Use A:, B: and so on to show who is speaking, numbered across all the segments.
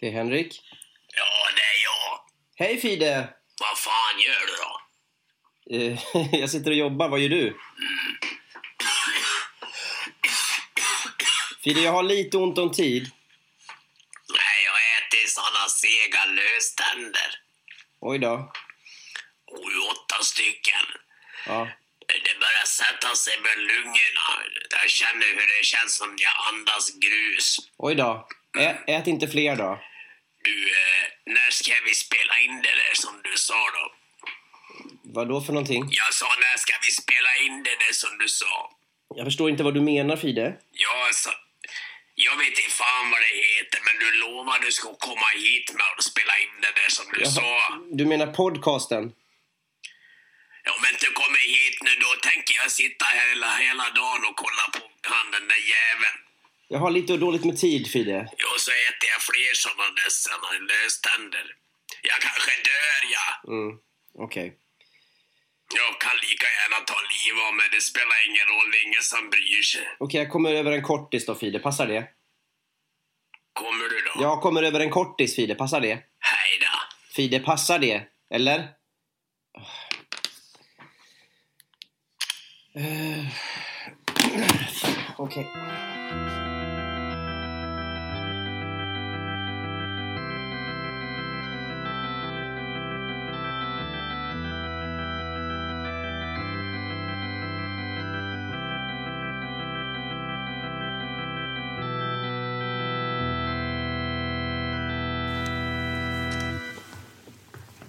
A: Det är Henrik.
B: Ja, det är jag.
A: Hej Fide!
B: Vad fan gör du då?
A: Eh, Jag sitter och jobbar, vad gör du? Fide, jag har lite ont om tid.
B: Nej, jag äter såna sega löständer.
A: Oj då.
B: Oj, åtta stycken.
A: Ja.
B: Det börjar sätta sig med lungorna. Jag känner hur det känns som jag andas grus.
A: Oj då. Ä- Ät inte fler då.
B: Du, eh, när ska vi spela in det där som du sa då?
A: Vad då för någonting?
B: Jag sa, när ska vi spela in det där som du sa?
A: Jag förstår inte vad du menar Fide.
B: Jag sa... Jag vet inte fan vad det heter, men du lovade du skulle komma hit med och spela in det där som du sa.
A: Du menar podcasten?
B: Om inte du kommer hit nu då tänker jag sitta här hela, hela dagen och kolla på han den där jäveln.
A: Jag har lite dåligt med tid Fide.
B: Och så äter jag fler sådana där såna löständer. Jag kanske dör jag.
A: Mm. Okej.
B: Jag kan lika gärna ta liv av mig, det spelar ingen roll, det är ingen som bryr sig.
A: Okej, jag kommer över en kortis då Fide. Passar det?
B: Kommer du då?
A: Jag kommer över en kortis Fide. Passar det?
B: Hej då.
A: Fide, passar det? Eller? Eh, Okej.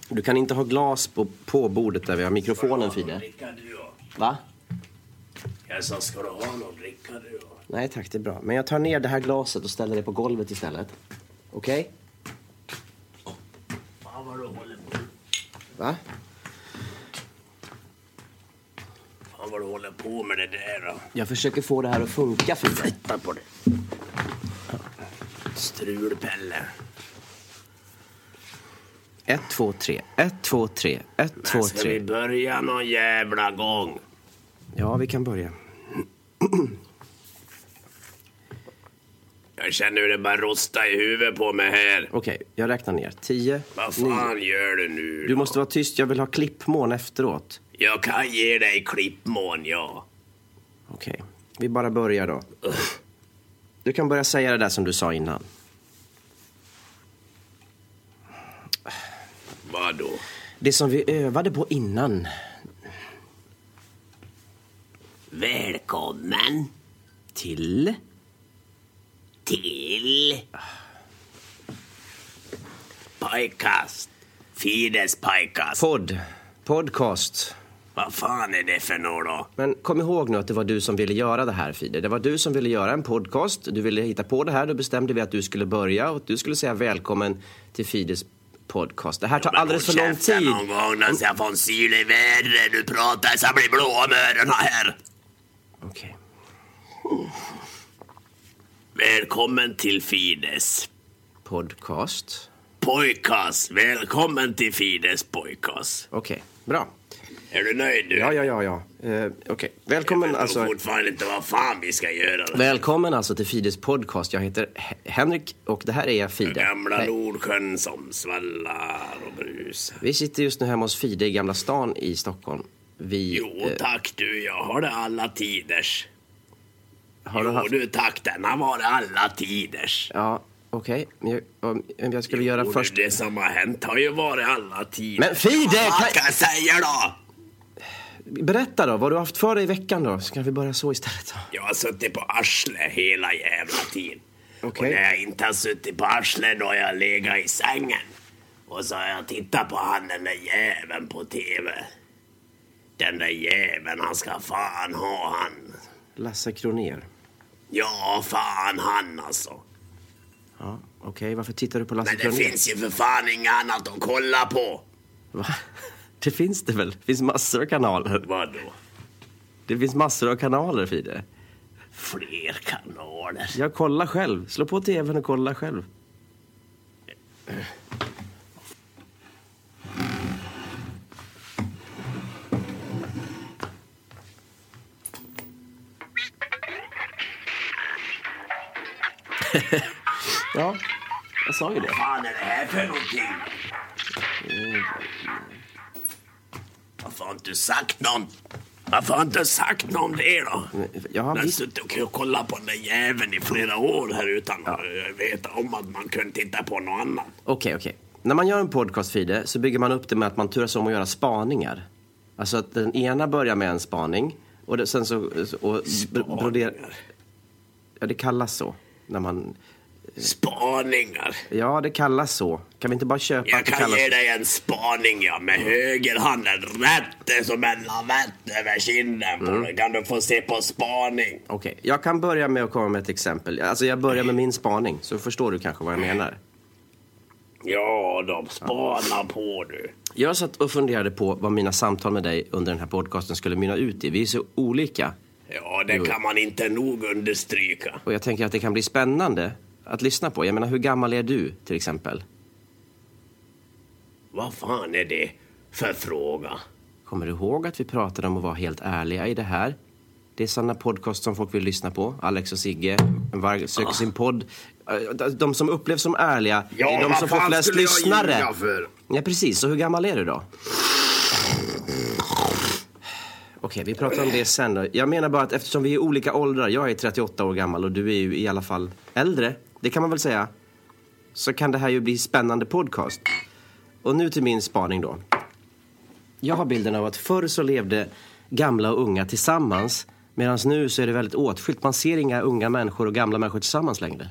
A: Du kan inte ha glas på, på bordet där vi har mikrofonen, Fide.
B: Dricka du och.
A: Va?
B: Jag sa, ska du ha någon dricka du och?
A: Nej tack, det är bra. Men jag tar ner det här glaset och ställer det på golvet istället. Okej?
B: Fan vad du håller på.
A: Va?
B: Fan vad du håller på med det där då.
A: Jag försöker få det här att funka, Fide.
B: Titta på det. Strulpelle.
A: Ett, två, tre. Ett, två, tre. Ett, två,
B: Men ska vi
A: tre.
B: börja någon jävla gång?
A: Ja, vi kan börja.
B: Jag känner hur det bara rostar i huvudet på mig här.
A: Okej, jag räknar ner. Tio,
B: Vad
A: nio.
B: fan gör du nu?
A: Du måste vara tyst, jag vill ha klippmån efteråt.
B: Jag kan ge dig klippmån, ja.
A: Okej, vi bara börjar då. Du kan börja säga det där som du sa innan.
B: Vadå?
A: Det som vi övade på innan.
B: Välkommen
A: Till?
B: till... Pajkast. Fides pajkast.
A: Podd. Podcast.
B: Vad fan är det för något då?
A: Men kom ihåg nu att det var du som ville göra det här, Fide. Det var du som ville göra en podcast. Du ville hitta på det här. Då bestämde vi att du skulle börja och att du skulle säga välkommen till Fides podcast. Det här tar alldeles för
B: Håll
A: lång
B: käften
A: tid.
B: någon gång när jag får en syl i vädret. Du pratar så jag blir blå om öronen här.
A: Okej.
B: Välkommen till Fides
A: Podcast.
B: Pojkas, välkommen till Fides pojkas.
A: Okej, bra.
B: Är du nöjd nu?
A: Ja, ja, ja, ja. Eh, Okej, välkommen
B: Jag förstår
A: alltså.
B: fortfarande inte vad fan vi ska göra. då.
A: Välkommen alltså till Fides podcast. Jag heter H- Henrik och det här är Fide.
B: Gamla
A: Hej.
B: Nordsjön som svallar och brusar.
A: Vi sitter just nu hemma hos Fide i Gamla stan i Stockholm. Vi... eh,
B: Jo tack du, jag har det alla tiders.
A: har
B: jo
A: du haft...
B: du tack, denna var det alla tiders.
A: Ja, okej. Men jag- om- om Jag skulle göra
B: Jo,
A: först...
B: Det som har hänt har ju varit alla tider.
A: Men Fide!
B: Vad
A: Kan...
B: ska jag säga då?
A: Berätta då, vad du har haft för dig i veckan då? Så kan vi börja så istället.
B: Jag har suttit på arsle hela jävla tiden.
A: Okej.
B: Och när jag inte har suttit på arsle då har jag legat i sängen. Och så har jag tittat på han den där jäveln på TV. Den där jäveln, han ska fan ha han.
A: Lasse Kroner.
B: Ja, fan han alltså.
A: Ja, okej. Varför tittar du på Lasse
B: Men det
A: Kroner?
B: finns ju för fan inget annat att kolla på.
A: Va? Det finns det väl? Det finns massor av kanaler.
B: Vadå?
A: Det finns massor av kanaler, Fide.
B: Fler kanaler.
A: Jag kollar själv. Slå på tvn och kolla själv. ja, jag sa ju det.
B: fan är det här för någonting? Varför har inte du sagt någon? Varför har inte du sagt någon om det då?
A: Jag
B: Jag
A: har
B: har
A: visst...
B: suttit och kollat på den där jäveln i flera år här utan att eh, veta om att man kunde titta på något annat.
A: Okej, okej. När man gör en podcast, Fide, så bygger man upp det med att man turas om att göra spaningar. Alltså att den ena börjar med en spaning och det, sen så... Och br- broderar-
B: Spaningar.
A: Ja, det kallas så. När man...
B: Spaningar.
A: Ja, det kallas så. Kan vi inte bara köpa
B: Jag
A: att det
B: kan
A: kallas
B: ge
A: så?
B: dig en spaning ja, med högerhanden rätt som en lavett över kinden på
A: Mm.
B: dig. Kan du få se på spaning?
A: Okej, jag kan börja med att komma med ett exempel. Alltså jag börjar med min spaning, så förstår du kanske vad jag menar.
B: Ja, de spanar på du.
A: Jag satt och funderade på vad mina samtal med dig under den här podcasten skulle mynna ut i. Vi är så olika.
B: Ja, det kan man inte nog understryka.
A: Och jag tänker att det kan bli spännande att lyssna på. Jag menar, hur gammal är du till exempel?
B: Vad fan är det för fråga?
A: Kommer du ihåg att vi pratade om att vara helt ärliga i det här? Det är sådana podcast som folk vill lyssna på. Alex och Sigge en varg söker sin podd. Eh, De som upplevs som ärliga
B: Ja,
A: är de
B: vad
A: som får
B: fan
A: flest
B: skulle jag
A: lyssnare.
B: ljuga för?
A: Ja, precis. Så hur gammal är du då? Okej, vi pratar om det sen då. Jag menar bara att eftersom vi är olika åldrar, jag är 38 år gammal och du är ju i alla fall äldre, det kan man väl säga, så kan det här ju bli spännande podcast. Och nu till min spaning då. Jag har bilden av att förr så levde gamla och unga tillsammans medan nu så är det väldigt åtskilt. Man ser inga unga människor och gamla människor tillsammans längre.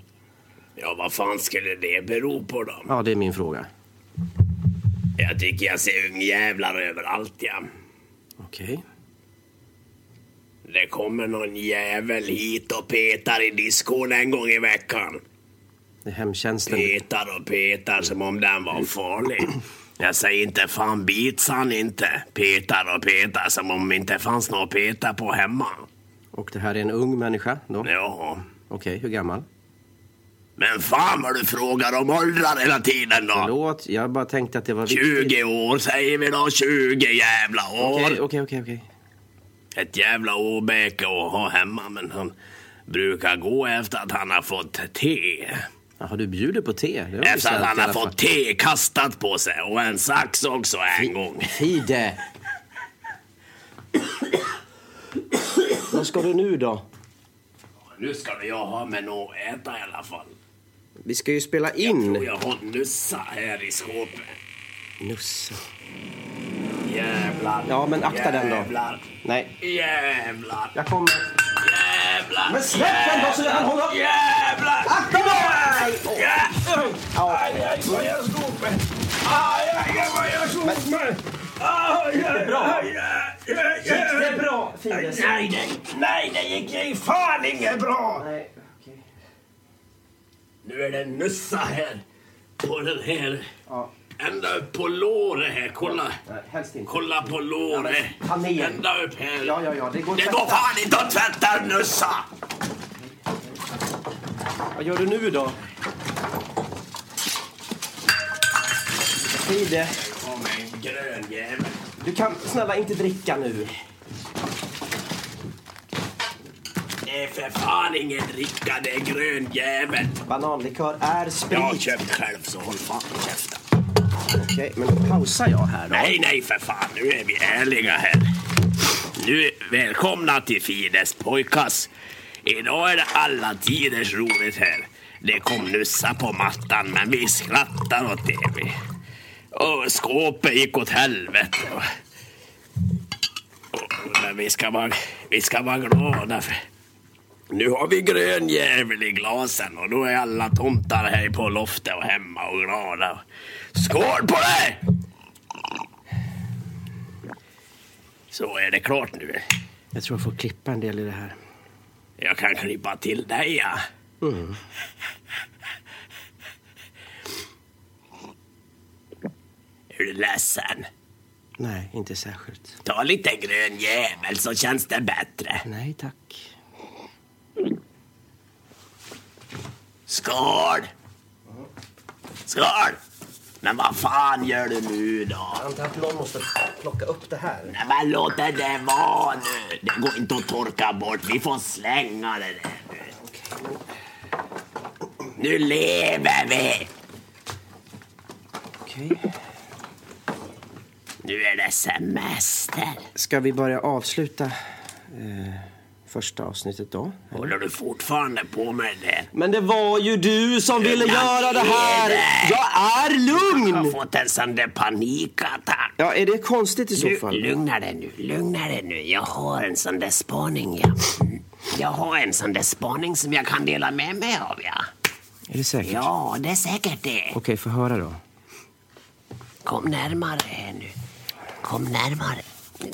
B: Ja, vad fan skulle det bero på då?
A: Ja, det är min fråga.
B: Jag tycker jag ser ungjävlar överallt, ja.
A: Okej.
B: Det kommer någon jävel hit och petar i diskon en gång i veckan.
A: Det är hemtjänsten.
B: Petar och petar som om den var farlig. Jag säger inte fan bits han inte. Petar och petar som om det inte fanns något att peta på hemma.
A: Och det här är en ung människa då?
B: Ja.
A: Okej, hur gammal?
B: Men fan vad du frågar om åldrar hela tiden då.
A: Förlåt, jag bara tänkte att det var viktigt.
B: 20 år säger vi då, 20 jävla år.
A: Okej, okej, okej, okej.
B: Ett jävla åbäke att ha hemma men han brukar gå efter att han har fått te.
A: Jaha, du bjuder på te? Det var ju
B: Efter
A: snällt
B: att han
A: i
B: har
A: alla fall.
B: fått te kastat på sig och en sax också en gång.
A: Fide! Vad ska du nu då?
B: Nu ska väl jag ha med något att äta i alla fall.
A: Vi ska ju spela
B: Och
A: in.
B: jag har nussa här i skåpet.
A: Nussa.
B: Jävlar.
A: Ja, men akta den då.
B: Jävlar.
A: Nej,
B: Jävlar.
A: jag kommer.
B: Jävlar.
A: Men släpp den då så den håller upp.
B: Jävlar.
A: Akta dig!
B: Jävlar. Aj, aj, vad jag slog mig! Aj, aj, aj, vad jag slog mig! Aj, aj,
A: bra?
B: aj, aj, aj, aj.
A: Det är bra, Fide.
B: Nej, det, nej, det gick ju fan inget bra!
A: Nej, okej.
B: Nu är det nussa här. På den här.
A: Ja,
B: Ända upp på låret här. Kolla.
A: nej, helst inte.
B: Kolla på låret.
A: Ja, men ta ner.
B: Ända upp här.
A: Ja, ja, ja, det går
B: Det går
A: sakta.
B: fan inte att tvätta en nussa!
A: Vad gör du nu då? Fide,
B: Ja, men grön jävel.
A: du kan snälla inte dricka nu.
B: Det är för fan ingen dricka, det är grön jävel.
A: Bananlikör är sprit.
B: Jag har köpt själv så håll fan käften.
A: Okej, men då pausar jag här då.
B: Nej, nej för fan. Nu är vi ärliga här. Nu, välkomna till Fides pojkas. Idag är det alla tiders roligt här. Det kom nussa på mattan, men vi skrattar åt det vi. Och skåpet gick åt helvete. Och- och- Men vi ska vara, vi ska vara glada för Nu har vi grön jävel i glasen och då är alla tomtar här på loftet och hemma och glada. Skål på dig! Så är det klart nu.
A: Jag tror jag får klippa en del i det här.
B: Jag kan klippa till dig, ja. Är du ledsen?
A: Nej, inte särskilt.
B: Ta lite grön jävel så känns det bättre.
A: Nej, tack.
B: Skål! Skål! Men vad fan gör du nu då?
A: antar att någon måste plocka upp det här.
B: Nej, men låt det där vara nu. Det går inte att torka bort. Vi får slänga det där nu. Nu lever vi!
A: Okej.
B: Nu är det semester.
A: Ska vi börja avsluta eh, första avsnittet då?
B: Håller du fortfarande på med det?
A: Men det var ju du som ville
B: Jag
A: göra det här!
B: är det.
A: Jag är
B: Jag har
A: lugn!
B: fått en sån där panikattack.
A: Ja, är det konstigt i så
B: Du,
A: fall?
B: lugna dig nu, lugna dig nu. Jag har en sån där spaning, ja. Jag har en sån där spaning som jag kan dela med mig av, ja.
A: Är det säkert?
B: Ja, det är säkert det.
A: Okej, få höra då.
B: Kom närmare här nu. Kom närmare.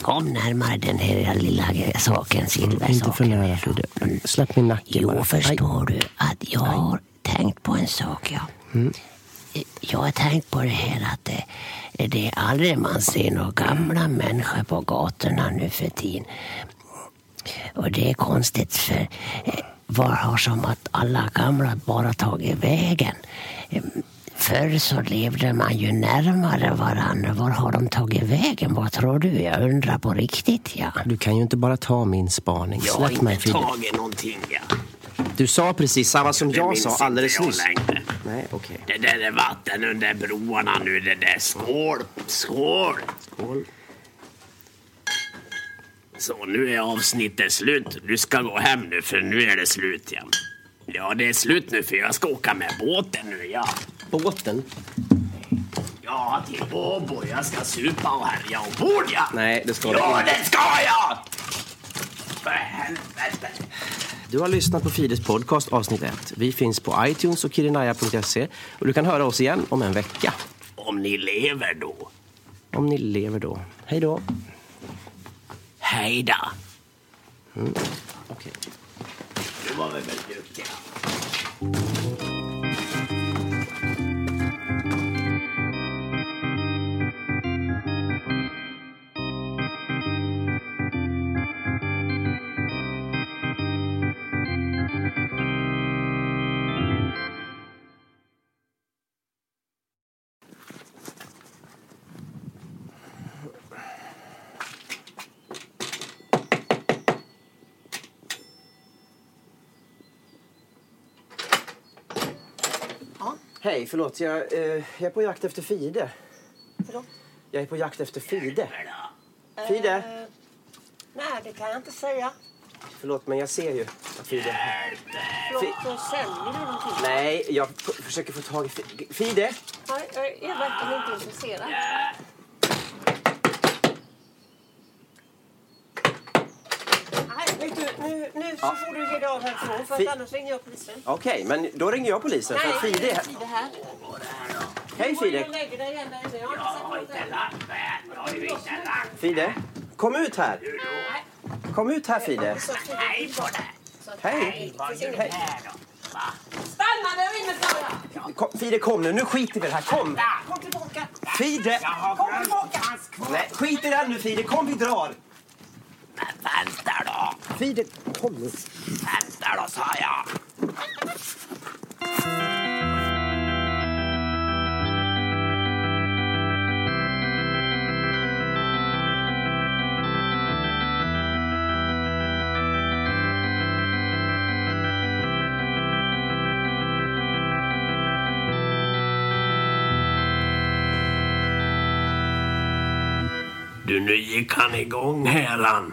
B: Kom närmare den här lilla saken, silversaken.
C: Inte för nära Fride. Släpp min nacke
B: Jo,
C: bara.
B: förstår du att jag har tänkt på en sak. Ja.
C: Mm.
B: Jag har tänkt på det här att det, det är aldrig man ser några gamla människor på gatorna nu för tiden. Och det är konstigt för eh, var har som att alla gamla bara tagit vägen? Eh, Förr så levde man ju närmare varandra. Var har de tagit vägen? Vad tror du? Jag undrar på riktigt, ja.
A: Du kan ju inte bara ta min spaning. Släpp mig, Frida.
B: tagit någonting, ja.
A: Du sa precis samma som
B: Det
A: jag
B: minns
A: sa
B: inte
A: alldeles
B: jag
A: nyss.
B: längre.
A: Nej, okej.
B: Det där är vatten under broarna nu. Det där. Skål! Skål! Så nu är avsnittet slut. Du ska gå hem nu för nu är det slut igen. Ja, det är slut nu för jag ska åka med båten nu, ja.
A: Båten?
B: Ja, till Åbo. Jag ska supa och härja ombord, ja.
A: Nej, det står det
B: Ja,
A: inte.
B: det ska jag! För helvete!
A: Du har lyssnat på Fides podcast avsnitt 1. Vi finns på iTunes och kirinaya.se och du kan höra oss igen om en vecka.
B: Om ni lever då.
A: Om ni lever då. Hej då.
B: Hej då.
A: Okej.
B: Nu var vi väl duktiga.
A: Hej, förlåt. Jag, eh, jag är på jakt efter Fide.
D: Förlåt?
A: Jag är på jakt efter Fide.
B: Hej
A: Fide!
D: Nej, det kan jag inte säga.
A: Förlåt, men jag ser ju att Fide...
D: Förlåt, då säljer du någonting.
A: Nej, jag f- försöker få tag i Fi- Fide.
D: Nej, Jag är verkligen inte intresserad. Nej, vet du, nu, nu så får du ge dig av härifrån för
A: Fi-
D: att annars ringer jag polisen.
A: Okej, men då ringer jag polisen för att
D: Nej,
A: Fide... är här.
D: Fide här.
A: Hej
D: Gå in och
A: Fide!
D: lägg dig igen där inne. Jag har inte sagt något än.
A: Fide! Kom ut här! Kom ut här Fide!
D: Så att Fide-
B: på dig!
A: Hej!
D: det finns
A: Hej.
D: inget- Stanna där inne, sa jag!
A: Kom, Fide kom nu, nu skiter vi i det här, kom!
D: Kom tillbaka!
A: Fide!
D: Kom tillbaka!
A: Nej, skit i det här nu Fide, kom vi drar!
B: Men vänta då!
A: Fide, kom nu!
B: Vänta då, sa jag! Du, nu gick han igång här han.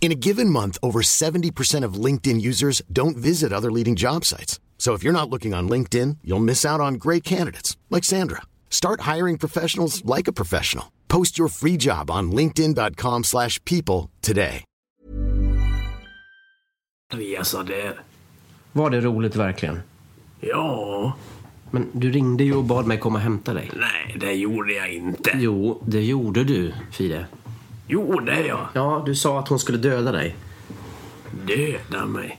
E: In a given month, over 70% of LinkedIn users don't visit other leading job sites. So if you're not looking on LinkedIn, you'll miss out on great candidates like Sandra. Start hiring professionals like a professional. Post your free job on linkedin.com/people slash people today.
F: Resa där.
A: Var det roligt verkligen?
F: Ja,
A: Men du ringde ju och bad mig komma och hämta dig.
F: nej det gjorde jag inte.
A: Jo, det gjorde du, Fide.
F: Gjorde jag?
A: Ja, du sa att hon skulle döda dig.
F: Döda mig.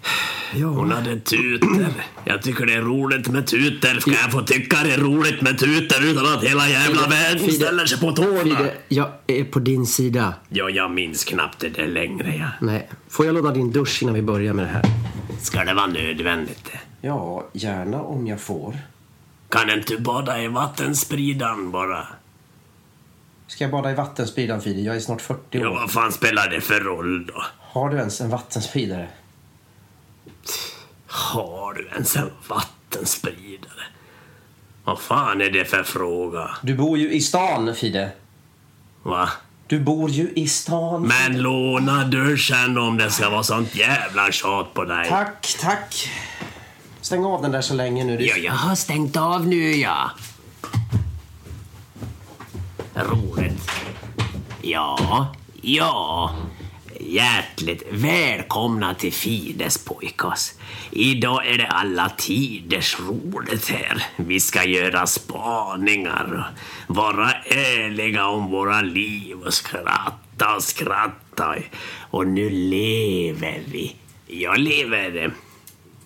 F: Hon hade tuter. Jag tycker det är roligt med tuter. Ska jag få tycka det är roligt med tuter utan att hela jävla världen
A: Fide.
F: ställer sig på tårna?
A: Fide, jag är på din sida.
F: Ja, jag minns knappt det där längre. Ja.
A: Nej, får jag låna din dusch innan vi börjar med det här?
F: Ska det vara nödvändigt? det?
A: Ja, gärna om jag får.
F: Kan inte bada i vattenspridan bara?
A: Ska jag bada i vattenspridaren, Fide? Jag är snart 40 år.
F: Ja, vad fan spelar det för roll då?
A: Har du ens en vattenspridare?
F: Har du ens en vattenspridare? Vad fan är det för fråga?
A: Du bor ju i stan, Fide.
F: Va?
A: Du bor ju i stan.
F: Men låna duschen om det ska vara sånt jävla tjat på dig.
A: Tack, tack. Stäng av den där så länge nu. Du...
F: Ja, jag har stängt av nu, ja. Roligt. Ja, ja. Hjärtligt välkomna till Fides pojkas. Idag är det alla tiders roligt här. Vi ska göra spaningar och vara ärliga om våra liv och skratta och skratta. Och nu lever vi. Jag lever. eh,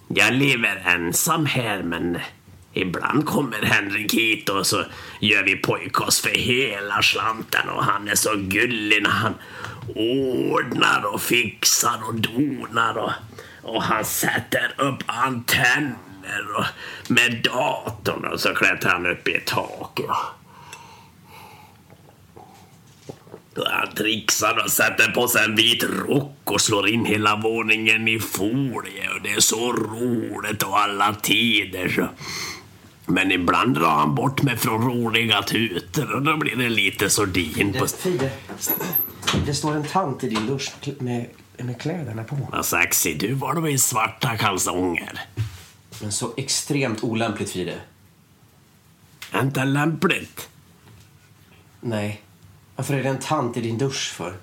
F: jag lever ensam här men ibland kommer Henrik hit och så gör vi pojkas för hela slanten och han är så gullig när han ordnar och fixar och donar och, och han sätter upp antenner och, med datorn och så klättrar han upp i taket. Han trixar och sätter på sig en vit rock och slår in hela våningen i folie och det är så roligt och alla tider. Så. Men ibland drar han bort mig från roliga tutor och då blir det lite sordin på...
A: Fide, det står en tant i din dusch med, med kläderna på.
F: Vad sexig du var då i svarta kalsonger.
A: Men så extremt olämpligt, Fide.
F: Inte lämpligt.
A: Nej. Varför är det en tant i din dusch för?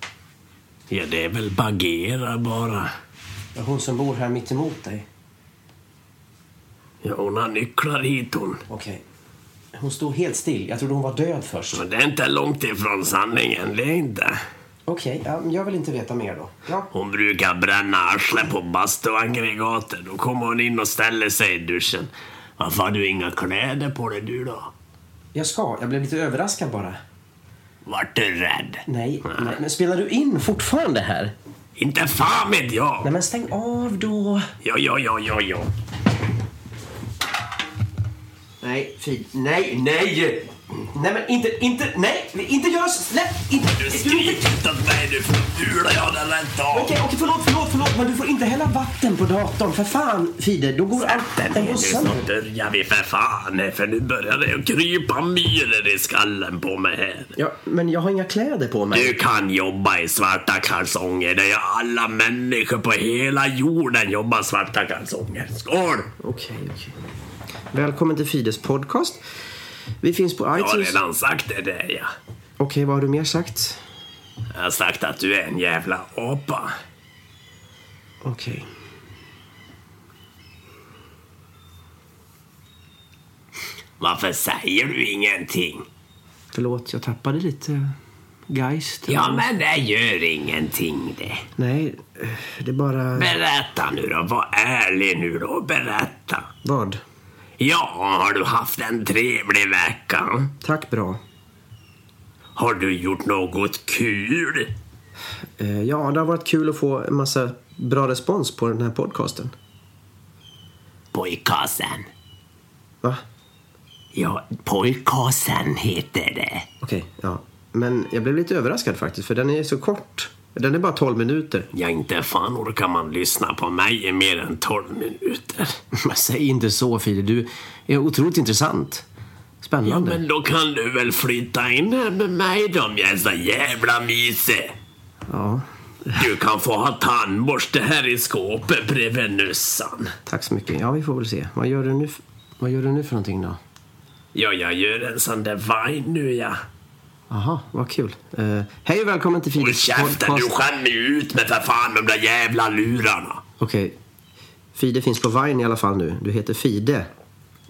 F: Ja, det är väl bagera bara.
A: Det är hon som bor här mitt emot dig.
F: Ja, hon har nycklar hit hon.
A: Okej. Hon stod helt still. Jag trodde hon var död först.
F: Men det är inte långt ifrån sanningen, det är inte.
A: Okej, ja, men jag vill inte veta mer då. Ja.
F: Hon brukar bränna arslet på bastuaggregatet. Då kommer hon in och ställer sig i duschen. Varför har du inga kläder på dig du då?
A: Jag ska. Jag blev lite överraskad bara.
F: Vart du rädd?
A: Nej, nej. Men spelar du in fortfarande här?
F: Inte fan vet jag!
A: Nej, men stäng av då.
F: Ja, ja, ja, ja, ja.
A: Nej, Fid. Nej, nej! Nej, men inte, inte, nej, inte göra så. Släpp inte.
F: Du skriker inte åt mig du för fula jag hade rätt av.
A: Okej, okej, förlåt, förlåt, förlåt. Men du får inte hälla vatten på datorn. För fan, Fide. Då går
F: Sätt
A: allt...
F: dig
A: Den
F: ner
A: går
F: nu så
A: sönder.
F: börjar vi för fan för nu börjar det att krypa myror i skallen på mig här.
A: Ja, men jag har inga kläder på mig.
F: Du kan jobba i svarta kalsonger. Det gör alla människor på hela jorden jobbar svarta kalsonger. Skål!
A: Okej, okej. Välkommen till Fides podcast. Vi finns på
F: Jag har
A: iTunes.
F: redan sagt det där ja.
A: Okej, vad har du mer sagt?
F: Jag har sagt att du är en jävla apa.
A: Okej.
F: Varför säger du ingenting?
A: Förlåt, jag tappade lite geist.
F: Ja men det gör ingenting det.
A: Nej, det är bara...
F: Berätta nu då, var ärlig nu då och berätta.
A: Vad?
F: Ja, har du haft en trevlig vecka?
A: Tack bra.
F: Har du gjort något kul?
A: Eh, Ja, det har varit kul att få en massa bra respons på den här podcasten.
F: Pojkasen.
A: Va?
F: Ja, pojkasen heter det.
A: Okej, ja. Men jag blev lite överraskad faktiskt, för den är så kort. Den är bara 12 minuter.
F: Ja, inte fan orkar man lyssna på mig i mer än 12 minuter.
A: Men säg inte så, Fide. Du är otroligt intressant.
F: Ja,
A: Spännande.
F: men då kan du väl flytta in här med mig då, om jag är så jävla mysig.
A: Ja,
F: Du kan få ha tandborste här i skåpet bredvid nussan.
A: tack så mycket. Ja, vi får väl se. Vad gör du nu, f- vad gör du nu för någonting då?
F: Ja, jag gör en sån där vine nu, ja.
A: Aha, vad kul. Eh, hej och välkommen till
F: Håll
A: Fides
F: käften, du skämmer ju ut mig för fan, de där jävla lurarna.
A: Okej. Fide finns på Vine i alla fall nu. Du heter Fide.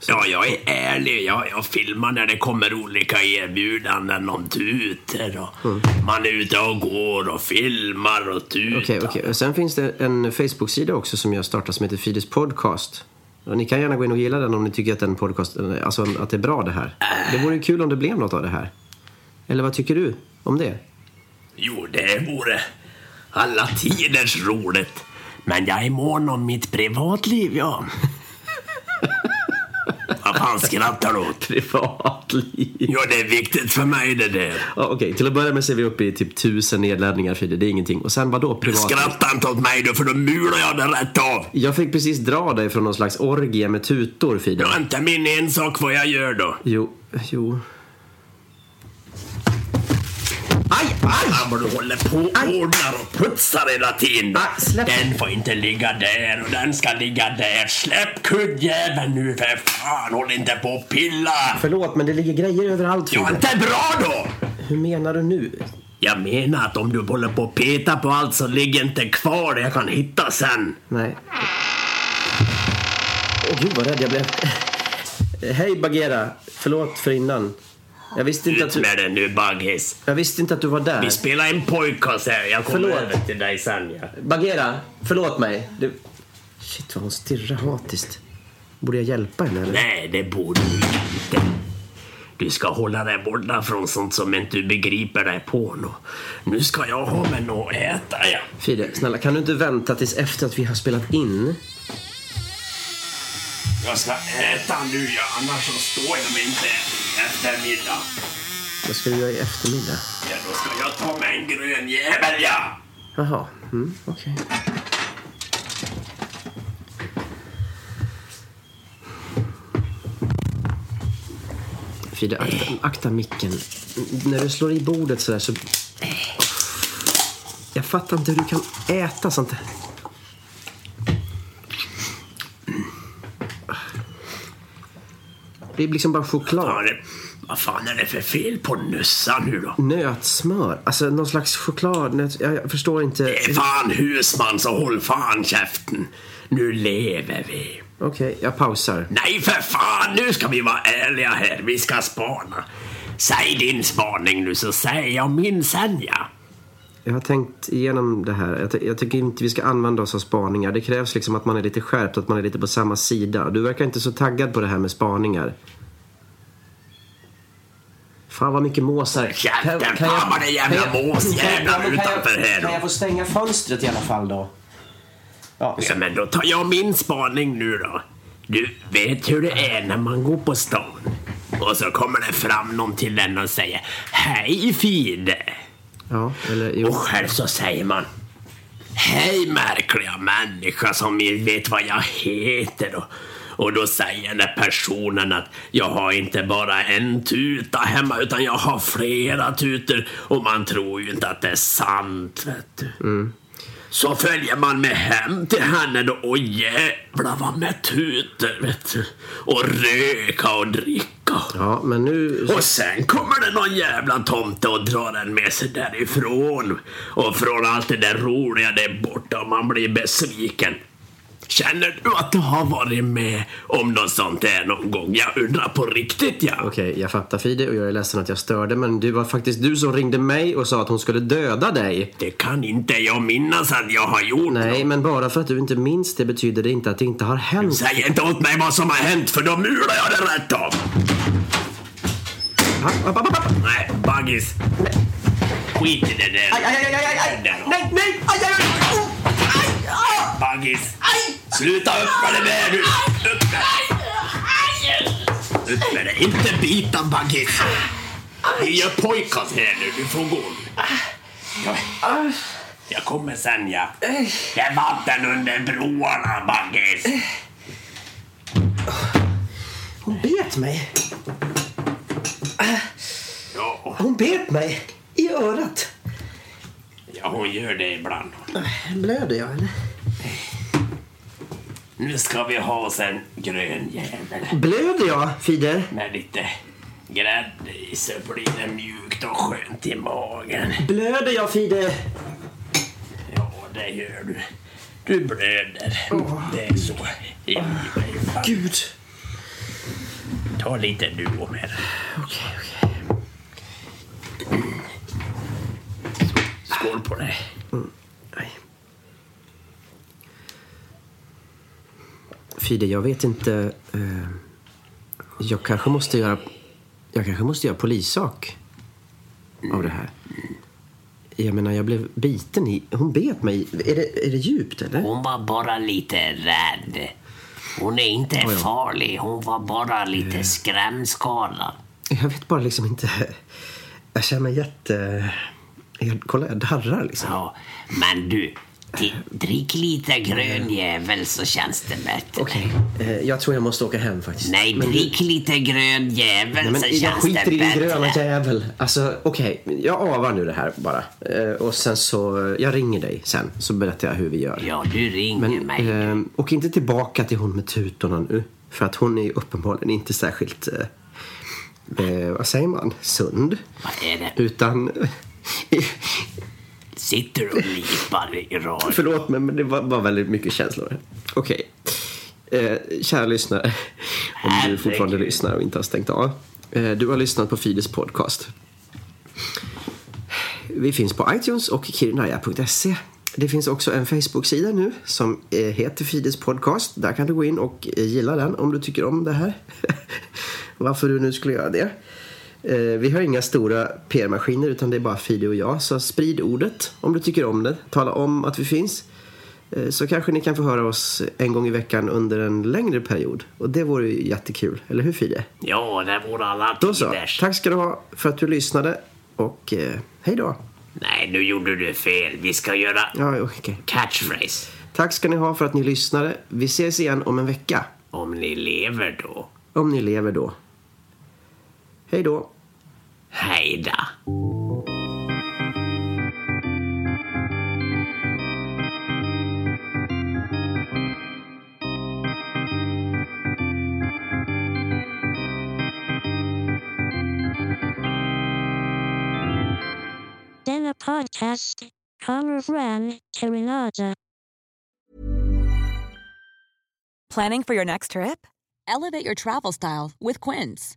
F: Ja, jag är ärlig. Jag, jag filmar när det kommer olika erbjudanden om tuter och
A: Mm.
F: man är ute och går och filmar och tutar.
A: Okej, okej. Och Sen finns det en Facebook-sida också som jag startat som heter Fides podcast. Och ni kan gärna gå in och gilla den om ni tycker att den podcasten, alltså att det är bra det här. Det vore ju kul om det blev något av det här. Eller vad tycker du om det?
F: Jo, det vore alla tiders roligt. Men jag är mån om mitt privatliv, ja. Vad fan skrattar du åt?
A: Privatliv.
F: Ja, det är viktigt för mig det där.
A: Ja, okej. Till att börja med så är vi uppe i typ tusen nedladdningar Fide, det är ingenting. Och sen vadå privatliv?
F: Skratta inte åt mig då, för då mular jag det rätt av.
A: Jag fick precis dra dig från någon slags orgie med tutor Fide.
F: Det är inte min ensak vad jag gör då.
A: Jo, jo.
F: Aj, aj! Han bara håller på och ordnar och putsar hela tiden.
A: Ah, släpp.
F: Den får inte ligga där och den ska ligga där. Släpp kuddjäveln nu för fan. Håll inte på och pilla.
A: Förlåt, men det ligger grejer överallt
F: Jag
A: Fide.
F: är inte bra då.
A: Hur menar du nu?
F: Jag menar att om du håller på och petar på allt så ligger inte kvar det jag kan hitta sen.
A: Nej. Åh gud vad rädd jag blev. Hej Bagheera, förlåt för innan. Jag visste inte att
F: Ut
A: du,
F: med det nu baggis.
A: jag visste inte att du var där.
F: Vi spelar en pojkas här. Jag kommer
A: Förlåt.
F: över till dig sen. Ja.
A: Bagheera, förlåt mig. Du... Shit vad hon stirrar hatiskt. Borde jag hjälpa henne eller?
F: Nej, det borde du inte. Du ska hålla dig borta från sånt som inte du begriper dig på. Nå. Nu ska jag ha mig något att äta. Ja.
A: Fide, snälla kan du inte vänta tills efter att vi har spelat in?
F: Jag ska äta nu, ja. annars så står jag mig inte i eftermiddag.
A: Vad ska du göra i eftermiddag?
F: Ja, då ska jag ta mig en grön jävel, ja.
A: Jaha, mm, okej. Frida, akta, akta micken. N- När du slår i bordet sådär så... Jag fattar inte hur du kan äta sånt här. Det är liksom bara
F: Ja,
A: choklad.
F: det, vad fan är det för fel på Nussa nu då?
A: Nötsmör. Alltså någon slags choklad. nöt- Jag, jag förstår inte.
F: Det är fan husman, så håll fan käften. Nu lever vi.
A: Okej, jag pausar.
F: Nej för fan, nu ska vi vara ärliga här. Vi ska spana. Säg din spaning nu så säger jag min sen ja.
A: Jag har tänkt igenom det här. Jag, ty- jag tycker inte vi ska använda oss av spaningar. Det krävs liksom att man är lite skärpt, att man är lite på samma sida. Du verkar inte så taggad på det här med spaningar. Fan vad mycket måsar.
F: Käften, fan vad det är jävla
A: kan jag-
F: måsjävlar
A: kan jag- kan jag-
F: utanför här då.
A: Kan jag få stänga fönstret i alla fall då? Ja,
F: ja. Men då tar jag min spaning nu då. Du vet hur det är när man går på stan. Och så kommer det fram någon till den och säger Hej Fide.
A: ja eller jo.
F: Och själv så säger man Hej märkliga människa som inte vet vad jag heter. Och, och då säger den där personen att jag har inte bara en tuta hemma utan jag har flera tutor. Och man tror ju inte att det är sant vet du. Så följer man med hem till henne då och jävlar vad med tutor vet du. Och röka och dricka.
A: Ja, men nu...
F: Och sen kommer det någon jävla tomte och drar den med sig därifrån. Och från allt det där roliga det är borta och man blir besviken. Känner du att du har varit med om något sånt där någon gång? Jag undrar på riktigt ja.
A: Okej, jag fattar Fide och jag är ledsen att jag störde men det var faktiskt du som ringde mig och sa att hon skulle döda dig.
F: Det kan inte jag minnas att jag har gjort.
A: Nej, men bara för att du inte minns det betyder det inte att det inte har hänt.
F: Säg inte åt mig vad som har hänt för då mular jag det rätt av.
A: App, app, app, app.
F: Nej, Baggis. Skit i det där.
D: Aj, aj, aj, aj, aj,
F: Där
D: aj.
F: då.
D: Nej, nej, aj, aj, aj. Oh, aj, ah,
F: Baggis.
D: aj.
F: Sluta upp med det där nu. Upp med det. Ut med dig! Inte bita Baggis! Vi gör pojkas här nu, du får gå nu. Ja. Jag kommer sen, ja. Det är vatten under broarna, Baggis.
A: Hon bet mig.
F: Ja,
A: Hon bet mig. I örat.
F: ja, hon gör det ibland.
A: Blöder jag eller?
F: Nu ska vi ha oss en grön jävel
A: Blöder jag, Fider?
F: med lite grädde i så blir det mjukt och skönt i magen.
A: Blöder jag, Fider?
F: Ja, det gör du. Du blöder. Det är så i livet.
A: Gud.
F: Ta lite du om här.
A: Okej, okej.
F: Skål på dig.
A: Nej. Fide, jag vet inte. eh, jag kanske måste göra... Jag kanske måste göra polissak av det här. Jag menar, jag blev biten i... Hon bet mig. Är det, är det djupt, eller?
B: Hon var bara lite rädd. Hon är inte farlig, hon var bara lite
A: Eh.
B: skrämskadad.
A: Jag vet bara liksom inte... Jag känner mig jätte... Jag, kolla, jag darrar liksom.
B: Ja, men du, ti- drick lite grön jävel så känns det bättre.
A: Okej, eh, jag tror jag måste åka hem faktiskt.
B: Nej,
A: Men-
B: drick lite grön jävel
A: Nej, men
B: så
A: jag
B: känns
A: skiter
B: det
A: i din
B: bättre.
A: gröna jävel. Alltså, okej. Jag avar nu det här bara. Eh, och sen så... Jag ringer dig sen, så berättar jag hur vi gör.
B: Ja, du ringer
A: men,
B: mig.
A: eh, och inte tillbaka till hon med tutorna nu. För att hon är ju uppenbarligen inte särskilt... Eh, eh, vad säger man? Sund.
B: Vad är det?
A: Utan...
B: Sitter du och lipar i radion?
A: Förlåt mig, men det var, var väldigt mycket känslor. Okej. Eh, kära lyssnare, om du
B: Herregud.
A: fortfarande lyssnar och inte har stängt av. Eh, du har lyssnat på Fides podcast. Vi finns på iTunes och kirunaya.se. Det finns också en Facebook-sida nu som eh, heter Fides podcast. Där kan du gå in och eh, gilla den om du tycker om det här. Varför du nu skulle göra det. Eh, Vi har inga stora PR-maskiner utan det är bara Fide och jag. Så sprid ordet om du tycker om det. Tala om att vi finns. Eh, Så kanske ni kan få höra oss en gång i veckan under en längre period. Och det vore ju jättekul. Eller hur Fide?
B: Ja, det vore alla
A: Då så.
B: tiders.
A: Tack ska du ha för att du lyssnade. Och eh, hej då.
B: Nej, nu gjorde du fel. Vi ska göra
A: Ja, okej.
B: catchphrase.
A: Tack ska ni ha för att ni lyssnade. Vi ses igen om en vecka.
B: Om ni lever då.
A: Om ni lever då. Hej då.
B: Hejda.
G: Then a podcast cover from Kirinada.
H: Planning for your next trip?
I: Elevate your travel style with Quince.